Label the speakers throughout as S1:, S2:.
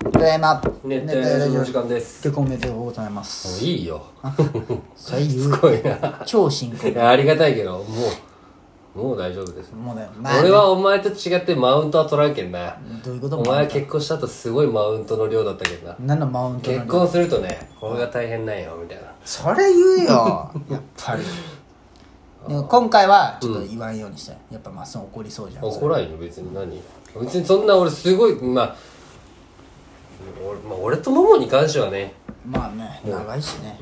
S1: ただいま
S2: 熱
S1: 帯
S2: 帯夜
S1: ラジオ
S2: の時間です
S1: 結婚おめでとうございま
S2: もう
S1: す
S2: いいよ
S1: 最優
S2: すごいな
S1: 超深
S2: い
S1: 刻
S2: やありがたいけどもうもう大丈夫です、
S1: もうねまあね
S2: 俺はお前と違ってマウントは取らんけんな
S1: どういうこと
S2: お
S1: も
S2: 前は結婚した後すごいマウントの量だったけどな
S1: 何のマウントな
S2: 結
S1: の
S2: 婚するとねこれが大変なんよみたいな
S1: それ言うよやっぱりでも今回はちょっと言わんようにしたよやっぱまっすぐ怒りそうじゃん
S2: 怒らんよ別に何別にそんな俺すごいまあ俺,、まあ、俺とももに関してはね、
S1: まあね長いしね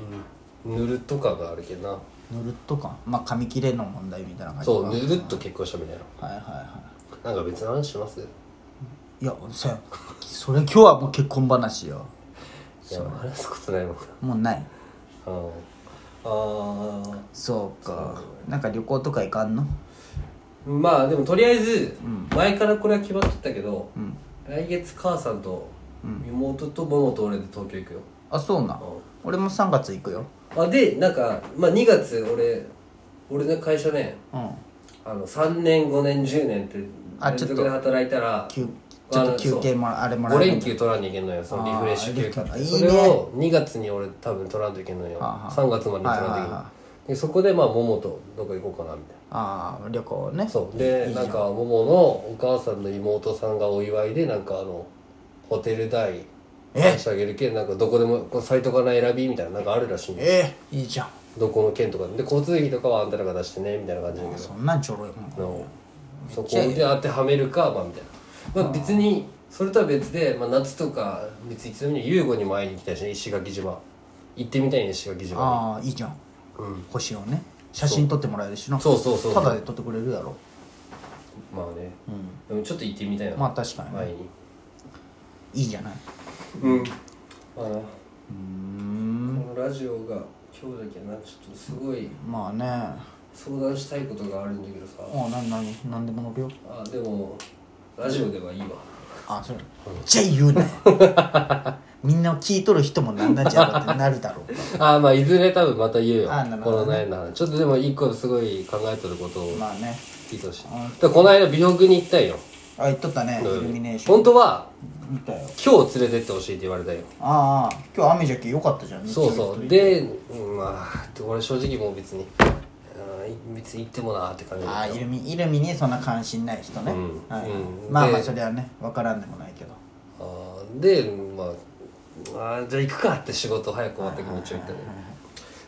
S2: うん、ぬるっと感があるけど
S1: ぬるっとかまあ髪切れの問題みたいな感
S2: な
S1: じ
S2: そうぬるっと結婚したみたいな
S1: はいはいは
S2: なんか別の話します
S1: いいやそやそれ今日はもう結婚話よ
S2: いや話すことないもんな
S1: もうない
S2: うんああ
S1: そうかなんか旅行とか行かんの
S2: まあでもとりあえず前からこれは決まってたけど、来月母さんと妹と桃と俺で東京行くよ、
S1: あそうなん俺も3月行くよ
S2: あでなんか、まあ、2月俺俺の会社ね
S1: うん
S2: あの3年5年10年って
S1: あ
S2: 連続で働いたら
S1: 休ちょっと休憩もあれもら
S2: 5
S1: える
S2: 連休取らんといけんのよそのリフレッシュ休暇
S1: あ
S2: っ
S1: ー
S2: て
S1: いい
S2: そ
S1: ね
S2: れを2月に俺多分取らんといけんのよ
S1: あー
S2: 3月までに取らんとい
S1: はい
S2: け
S1: はい
S2: んの
S1: は
S2: でそこでまあ桃とどこ行こうかなみたいな
S1: ああ旅行ね
S2: そうでなんかもものお母さんの妹さんがお祝いでなんかあのホテル代出してあげるけんなんかどこでもこうサイトから選びみたいななんかあるらしいね
S1: ええいいじゃん
S2: どこの県とかでで交通費とかはあんたらが出してねみたいな感じだけど
S1: そんなんちょろいもん
S2: のそこで当てはめるかまあみたい な、まあ、別にそれとは別で、まあ、夏とか別にいつでもいいのに遊具にも会いに行きたいしね石垣島行ってみたいね石垣島に
S1: ああいいじゃん、星をね写真撮ってもらえるしな
S2: そうそうそう
S1: ただで撮ってくれるやろ
S2: まあね、でもちょっと行ってみたいな
S1: まあ確かにね
S2: 前に
S1: いいじゃない
S2: うんまあなこのラジオが今日だけなちょっとすごい
S1: まあね
S2: 相談したいことがあるんだけどさ
S1: おうななに何でも乗るよ
S2: あでもラジオではいいわ
S1: あそれじゃあ言うなよみんな 聞いとる人もなんなんじゃろうってなるだろう
S2: あまあいずれ多分また言うよ
S1: あなる
S2: こ
S1: ほどね
S2: の悩んだ話ちょっとでも一個すごい考えてることを
S1: まあね
S2: 聞いてほしいでこの間美容区に行ったんよ
S1: あ言っとったねイルミネーション
S2: 本当は
S1: 見たよ
S2: 今日連れてってほしいって言われたよ
S1: ああ今日雨じゃけよかったじゃん
S2: そうそうでうんまあ俺正直もう別にうん別に行ってもなーって感じだ
S1: ああ
S2: った
S1: イルミイルミにそんな関心ない人ね、
S2: うん
S1: はい
S2: うん
S1: まあまあ
S2: で
S1: それはね分からんでもないけど
S2: あーでまああーじゃあ行くかって仕事早く終わった気持ちを言ったね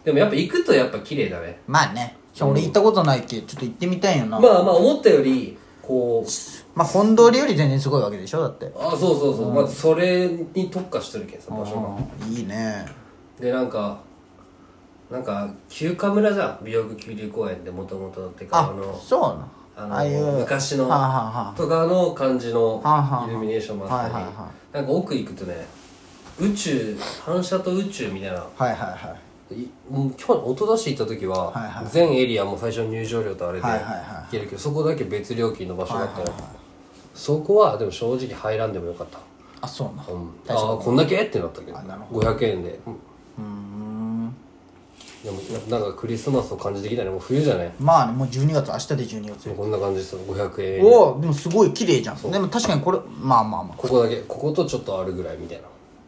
S2: でもやっぱ行くとやっぱ綺麗だね
S1: まあねしかも俺行ったことないけちょっと行ってみたいよな、
S2: まあ
S1: まあ、
S2: まあ思ったよりこう
S1: 本通りより全然すごいわけでしょだって
S2: あそうそうそう、まあそれに特化してるけどさ場所
S1: うんいいね
S2: がでなんかなんか休暇村じゃん美容区急流公園でもともとってかあ
S1: あ
S2: の
S1: そうな
S2: あ
S1: あ
S2: の
S1: あいう
S2: 昔の
S1: はあは
S2: とかの感じの
S1: あはあはあ
S2: イルミネーションもあったり
S1: はいはいは
S2: なんか奥行くとね宇宙反射と宇宙みたいな
S1: あはあはいはいはい
S2: いもう去年一昨年行った時は、
S1: はいはい
S2: 全エリアも最初の入場料とあれで
S1: はいはい
S2: 行
S1: はい
S2: けるけどそこだけ別料金の場所だったよ、そこはでも正直入らんでもよかった、
S1: あそうな
S2: うん、ああこんだけってなったけど
S1: あなる
S2: 500円で、うん
S1: うん
S2: でもななんかクリスマスを感じてきたねもう冬じゃね
S1: まあねもう12月明日で12月
S2: もうこんな感じですよ500円
S1: おおでもすごい綺麗じゃんでも確かにこれまあまあまあ
S2: ここだけこことちょっとあるぐらいみたいな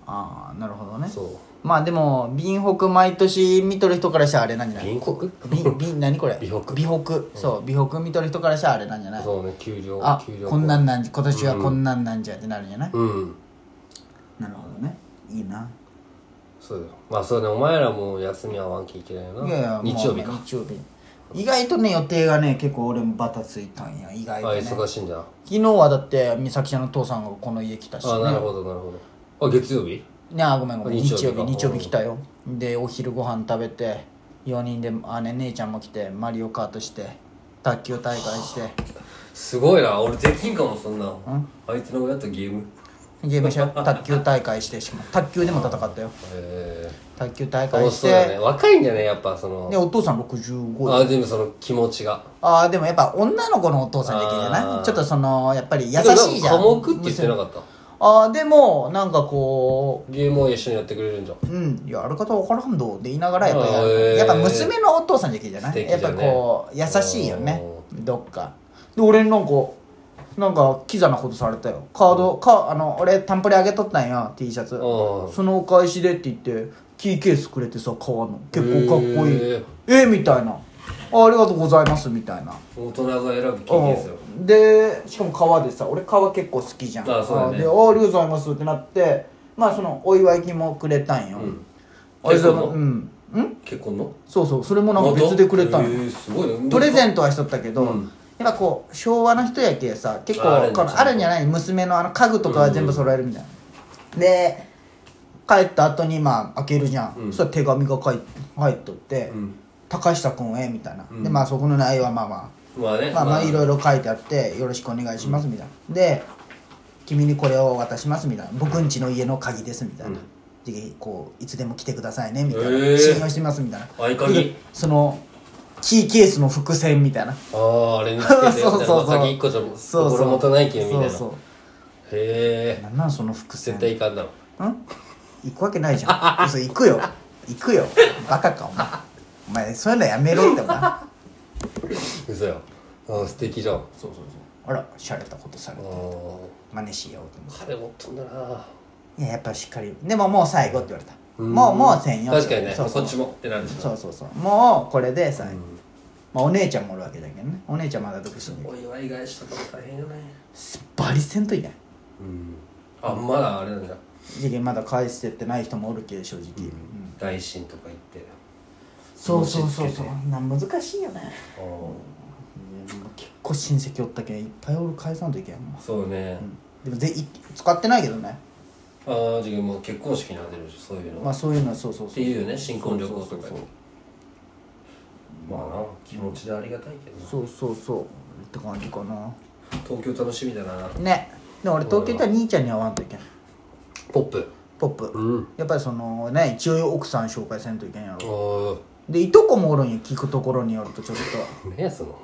S1: ああなるほどね
S2: そう
S1: まあでも貧北毎年見とる人からしたらあれなんじゃない
S2: 銀国
S1: びび何これ
S2: 美北
S1: 美北そう美北見とる人からしたらあれなんじゃない
S2: そうね給料
S1: あ
S2: 給料
S1: こんなんなん今年はこんなんなんじゃってなるんじゃない、
S2: うん
S1: なるほどねいいな
S2: そうだよまあそうねお前らもう休みはワンキーいけないよない
S1: やいや
S2: 日曜日か
S1: もう日曜日意外とね予定がね結構俺もバタついたんや意外
S2: あ
S1: とね昨
S2: 忙しいんじゃん
S1: 日はだって美咲ちゃんの父さんがこの家来たし
S2: あなるほどなるほどあ月曜日
S1: ねあごめんごめん
S2: 日
S1: 日
S2: 曜日
S1: 曜日
S2: か
S1: 日曜日来たよでお昼ご飯食べて4人で姉姉ちゃんも来てマリオカートして卓球大会して
S2: すごいな俺できんかもそんなあいつの親とゲーム
S1: ゲームしよ う卓球大会してしかも卓球でも戦ったよ
S2: へ
S1: 卓球大
S2: え楽
S1: 会
S2: し
S1: し
S2: そうだね
S1: て
S2: 若いんじゃねやっぱそ
S1: で
S2: の
S1: お父さん65
S2: あでもその気持ちが
S1: ああーでもやっぱ女の子のお父さんできるじゃ
S2: あ
S1: な
S2: ー
S1: いちょっとそのやっぱり優しいじゃん
S2: でもなんか寡黙って言ってなかった
S1: ああでもなんかこ
S2: ゲームを一緒にやってくれるんじゃん
S1: ううんやる方分からんどって言いながらやっぱや
S2: あーへ
S1: る
S2: ー
S1: やっぱ娘のお父さんできるじゃな
S2: 素
S1: い
S2: 敵
S1: やっ
S2: だね
S1: ぱこう優しいよねどっかで俺なんかなんかキザなことされたよカード、かあの俺タンプレあげとったんや T シャツ、
S2: うん
S1: そのお返しでって言ってキーケースくれてさ買わんの結構かっこいい
S2: へ
S1: ええみたいなあありがとうございますみたいな
S2: 大人が選ぶ経験ですよ
S1: うんでしかも革でさ俺革結構好きじゃん
S2: あそうだね
S1: で「あありがとうございます」ってなってまあそのお祝い金もくれたんよ、
S2: ん
S1: あれその
S2: 結構
S1: う
S2: なん
S1: うん
S2: 結婚の
S1: そうそうそれもなんか別でくれたん
S2: へ
S1: よ
S2: ーすごいね
S1: プレゼ
S2: ン
S1: ントはしとったけど、
S2: うん
S1: やっぱこう昭和の人やけさ結構
S2: ああるんだ
S1: このあるんじゃない娘のあの家具とかは全部揃えるみたいな、で帰った後にまあ開けるじゃん、
S2: う
S1: そ
S2: ん
S1: したら手紙が書い入っとって「
S2: うん
S1: 高下君へ」みたいな、
S2: うん
S1: でまあそこの内容はまあま
S2: まあ
S1: あ
S2: ね
S1: まあまあいろいろ書いてあって「よろしくお願いします」みたいな、で「君にこれを渡します」みたいな「僕ん家の家の鍵です」みたいな。
S2: うん
S1: でこういつでも来てくださいねみたいな、
S2: へえ
S1: 信用してますみたいな
S2: 合鍵
S1: でそのキーケースの伏線みたいな
S2: あああれにつけて
S1: そうそうそう
S2: まあ鍵一個じゃ
S1: そうそう
S2: 心もとないけんみたい
S1: そう
S2: なへ
S1: そう
S2: え
S1: なんなんその伏線
S2: 絶対いかんだろ
S1: ん行くわけないじ ゃん嘘行くよ行くよバカかお前お前そういうのやめろってお前あ
S2: 嘘よあー素敵じゃんあ
S1: らしゃれたことされ
S2: あ
S1: て真似しようと思っ
S2: 彼持っとんだな
S1: ていややっぱしっかりでももう最後って言われた
S2: うん
S1: もうもう専用
S2: 確かにね
S1: そうそう
S2: こっちもってなるでしょ
S1: そうそうそうもうこれでさ、
S2: ん
S1: まあ、お姉ちゃんもおるわけだけどねお姉ちゃんまだ独身で
S2: お祝い返しとかも大変よね
S1: バリせんといない
S2: うんあまだあれなんだ
S1: 次元まだ返してってない人もおるけ正直、うん
S2: 大臣とか言って
S1: そうそうそう
S2: 気持ちつ
S1: そ
S2: けて
S1: うなん難しいよね
S2: ああ
S1: 結構親戚おったけんいっぱい俺返さんといけんも
S2: そうね
S1: うでもぜい使ってないけどね
S2: ああ自分もう結婚式になってるでしょそういうの
S1: まあそういうのはそうそう
S2: っ
S1: そ
S2: て
S1: う
S2: いうね新婚旅行とか
S1: そう
S2: にまあな気持ちでありがたいけどな
S1: そうそうそうそうって感じかな
S2: 東京楽しみだな
S1: ねでも俺東京行ったら兄ちゃんには会わんといけん
S2: ポップ
S1: ポップ
S2: うん
S1: やっぱりそのね一応奥さん紹介せんといけんやろ
S2: あ
S1: でいとこもおるんよ聞くところによるとちょっ
S2: あねえその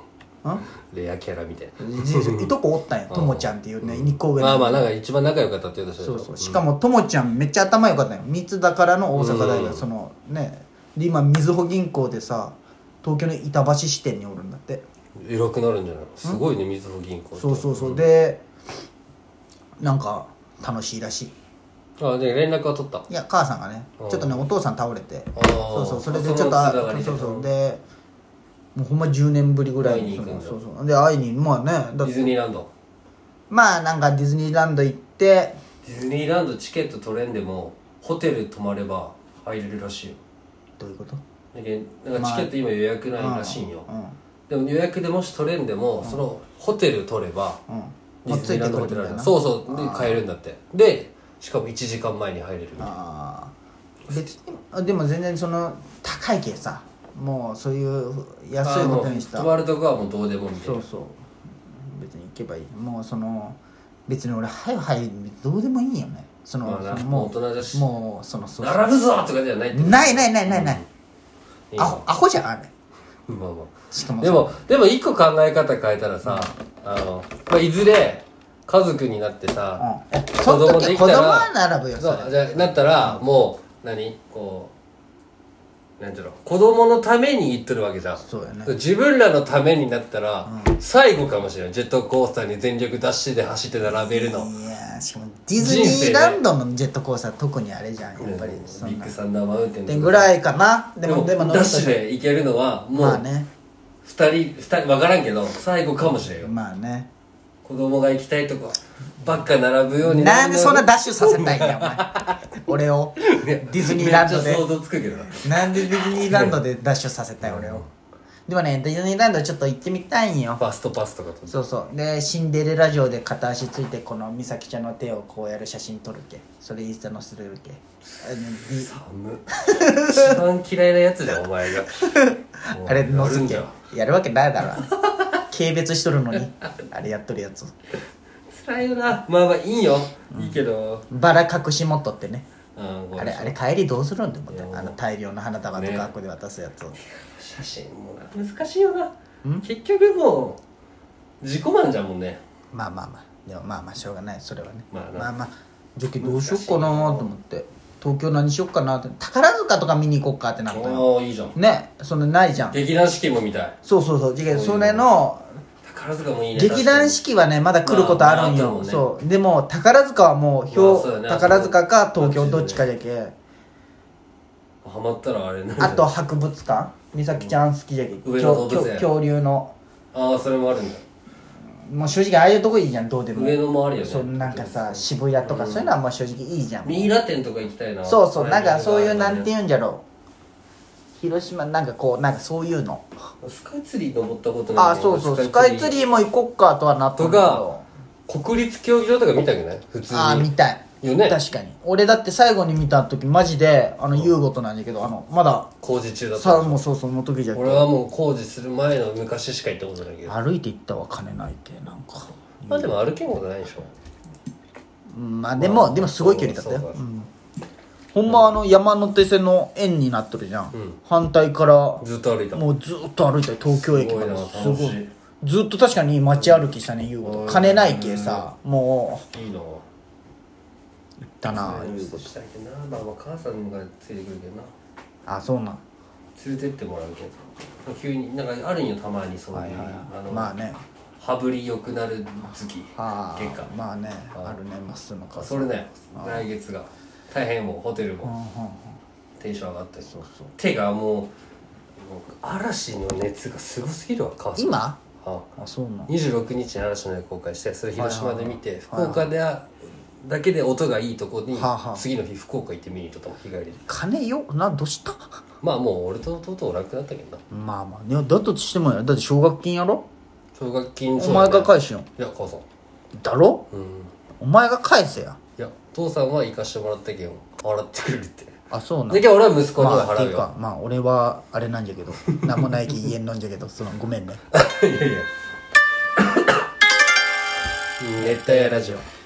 S1: とん
S2: レアキャラみたいな
S1: じいとこおったんやともちゃんっていうね2個上の
S2: まあまあなんか一番仲良かったって言うと
S1: そうそうしかもともちゃんめっちゃ頭良かったよ三つだからの大阪大学、
S2: うん
S1: そのねで今みずほ銀行でさ東京の板橋支店におるんだって
S2: 偉くなるんじゃないすごいねみずほ銀行って
S1: そうそうそうでなんか楽しいらしい
S2: あで連絡は取った
S1: いや母さんがね
S2: うん
S1: ちょっとねお父さん倒れて
S2: あー
S1: そうそうそれで
S2: その
S1: ちょっとあ
S2: つながりで
S1: そうそうでもうほんま10年ぶりぐらい
S2: 会いに行くんだ
S1: そうそうで会いにまあね
S2: デ
S1: だっ
S2: ィ
S1: て
S2: ズニーランド
S1: まあなんかディズニーランド行って
S2: ディズニーランドチケット取れんでもホテル泊まれば入れるらしいよ
S1: どういうこと
S2: だけどなんかチケット今予約ないらしいん
S1: う
S2: よ、でも予約でもし取れんでも、そのホテル取れば
S1: んうん
S2: ディズニーランドホテルあるそうそうで買えるんだってでしかも1時間前に入れるみたいな
S1: あー別にあでも全然その高いけさもうそういう安い
S2: あも
S1: こ
S2: う
S1: とにした
S2: 泊まるとこはもうどうでもみたい
S1: そ
S2: な
S1: うそう別に行けばいいもうその別に俺早く入るどうでもいいよねその
S2: まあな
S1: その
S2: もう大人だし
S1: もうそのそうそう
S2: 並ぶぞとかじゃないって
S1: ないないないないない
S2: いい
S1: ア
S2: よ
S1: ホアホじゃんあれ
S2: まあま
S1: しか
S2: あ
S1: も
S2: でもでも一個考え方変えたらさ、あの、まあ、いずれ家族になって
S1: う
S2: さ、
S1: んえその
S2: 子供
S1: 時
S2: で
S1: 子
S2: きた
S1: 供
S2: ら
S1: は並ぶよ
S2: そ
S1: そうれ
S2: じゃあなったらもう何こうなんていうの子供のために言っとるわけじゃん
S1: そうやね
S2: 自分らのためになったら、最後かもしれないジェットコースターに全力ダッシュで走って並べるの、
S1: いやーしかもディズニーランドのジェットコースター特にあれじゃんやっぱり
S2: ビ
S1: そん
S2: ッ
S1: な
S2: グサンダーマウンテンと
S1: 点
S2: か
S1: ぐらいかなで
S2: でも
S1: もでも乗
S2: ダッ
S1: ると
S2: シュで行けるのはもう、
S1: まあね
S2: 二人二人分からんけど最後かもしれんよ
S1: まあね
S2: 子供が行きたいとこばっか並ぶように
S1: なんでそんなダ
S2: ッ
S1: ッシュさせたいんや お前俺をディズニーランド
S2: めっ
S1: で
S2: ちゃ想像つくけどな
S1: なんでディズニーランドでダッシュさせたい俺をでもねディズニーランドちょっと行ってみたいんよ
S2: ファストパスとかと
S1: そうそうでシンデレラ城で片足ついてこの美咲ちゃんの手をこうやる写真撮るけそれインスタ載せるけあのデ
S2: 寒一番嫌いなやつじゃんお前がもう
S1: ィあれ載
S2: やる
S1: す
S2: んだ
S1: けやるわけないだろ軽蔑しとるのにあれやっとるやつ
S2: 辛いよなまあまあいいよ、いいけど
S1: バラ隠し持っとってね
S2: うんご
S1: あ
S2: め
S1: れ
S2: ん
S1: あれ帰りどうするんって思って
S2: いやもう
S1: あの大量の花束とかあっこで渡すやつを、
S2: 写真もな難しいよな結局もう自己満じゃもんね
S1: まあまあまあでもまあまあしょうがないそれはね
S2: まあな
S1: まあまあじゃけどうしよっかなと思って東京何しよっかなって宝塚とか見に行こっかってなったよ
S2: おおいいじゃん
S1: ねそのないじゃん
S2: 劇団四季も見たい
S1: そうそうそうじゃけどそれの
S2: 宝塚もいいね
S1: 劇団四季はねまだ来ることあるん
S2: まあま
S1: よ
S2: あ
S1: そうでも宝塚はもう
S2: まあそうだ
S1: 表
S2: ね
S1: 宝塚か東京
S2: あと
S1: どっちかじゃけ
S2: ハマったらあれなんじゃな
S1: あ
S2: い
S1: と博物館美咲ちゃん好きじゃけ
S2: 上野動
S1: 恐
S2: 物園
S1: 恐恐竜の
S2: ああそれもあるんだ
S1: もう正直ああいうとこいいじゃんどうでも
S2: 上野もあるよね
S1: そうなんかさ渋谷とかそういうのはもう正直いいじゃん
S2: ミイラ店とか行きたいな
S1: そうそうなんかそういうなんて
S2: い
S1: 言うんじゃろう広島なんかこうなんかそういうの
S2: うスカイツリー登ったことない
S1: あそうそうスカイツリーも行こっかとはなったんだけど
S2: ー国立競技場とか見たくない普通に
S1: ああ見たい
S2: よね
S1: 確かに俺だって最後に見た時マジであの優吾となんだけどあのまだ
S2: 工事中だった
S1: さもうそうそうもう時じゃけ
S2: 俺はもう工事する前の昔しか行ったことないけど
S1: 歩いて行ったわ金ないってなんか
S2: まあでも歩けんことないでしょ
S1: うんまあでもでもすごい距離だった
S2: そう
S1: よ
S2: そうそう
S1: ほんまあの山手線の円になっとるじゃん、
S2: ん
S1: 反対から
S2: ずっと歩いた
S1: もうずっと歩いたよ東京駅まですす
S2: ご
S1: ご
S2: いない楽しい
S1: ずっと確かに街歩きしたね優吾
S2: うん
S1: と金ないけさもう
S2: いいな
S1: 行ったな優
S2: う
S1: 吾
S2: ことしたいけどなまあまあ母さんがついてくるけどな
S1: あそうなん
S2: 連れてってもらうけど急になんかあるんよたまにそういう、
S1: はいはいはい
S2: あの、
S1: まあね
S2: 羽振り良くなる月
S1: あ
S2: 結果
S1: あまあねあるねまっすぐの
S2: あ
S1: か
S2: それだよ来月が大変もうホテル
S1: うんうん
S2: も
S1: うん
S2: テンション上がったり
S1: そうそう
S2: 手がもうもう嵐の熱がすごすぎるわ母さん
S1: 今
S2: あ
S1: あそうなん
S2: 26日に嵐の夜公開してそれ広島で見て
S1: はい
S2: 福
S1: はい
S2: 岡でだけで音がいいとこに
S1: はあはあ
S2: 次の日福岡行って見に行っとったもん日帰りで
S1: 金よなどうした
S2: まあもう俺と弟楽だったけどな
S1: まあまあねだとしてもやだって奨学金やろ
S2: 奨学金
S1: お前が
S2: か
S1: 返しよ
S2: いや母さん
S1: だろ
S2: うん
S1: お前が返せや
S2: いや父さんは行かしてもらったけど払ってくれる って
S1: あそうなん
S2: だけど俺は息子に
S1: ま
S2: は
S1: あ、って
S2: 払う
S1: いう
S2: よ、
S1: かまあ俺はあれなんじゃけ どなんもないき言えんのんじゃけどそのご めんね
S2: いやいや熱帯夜ラジオ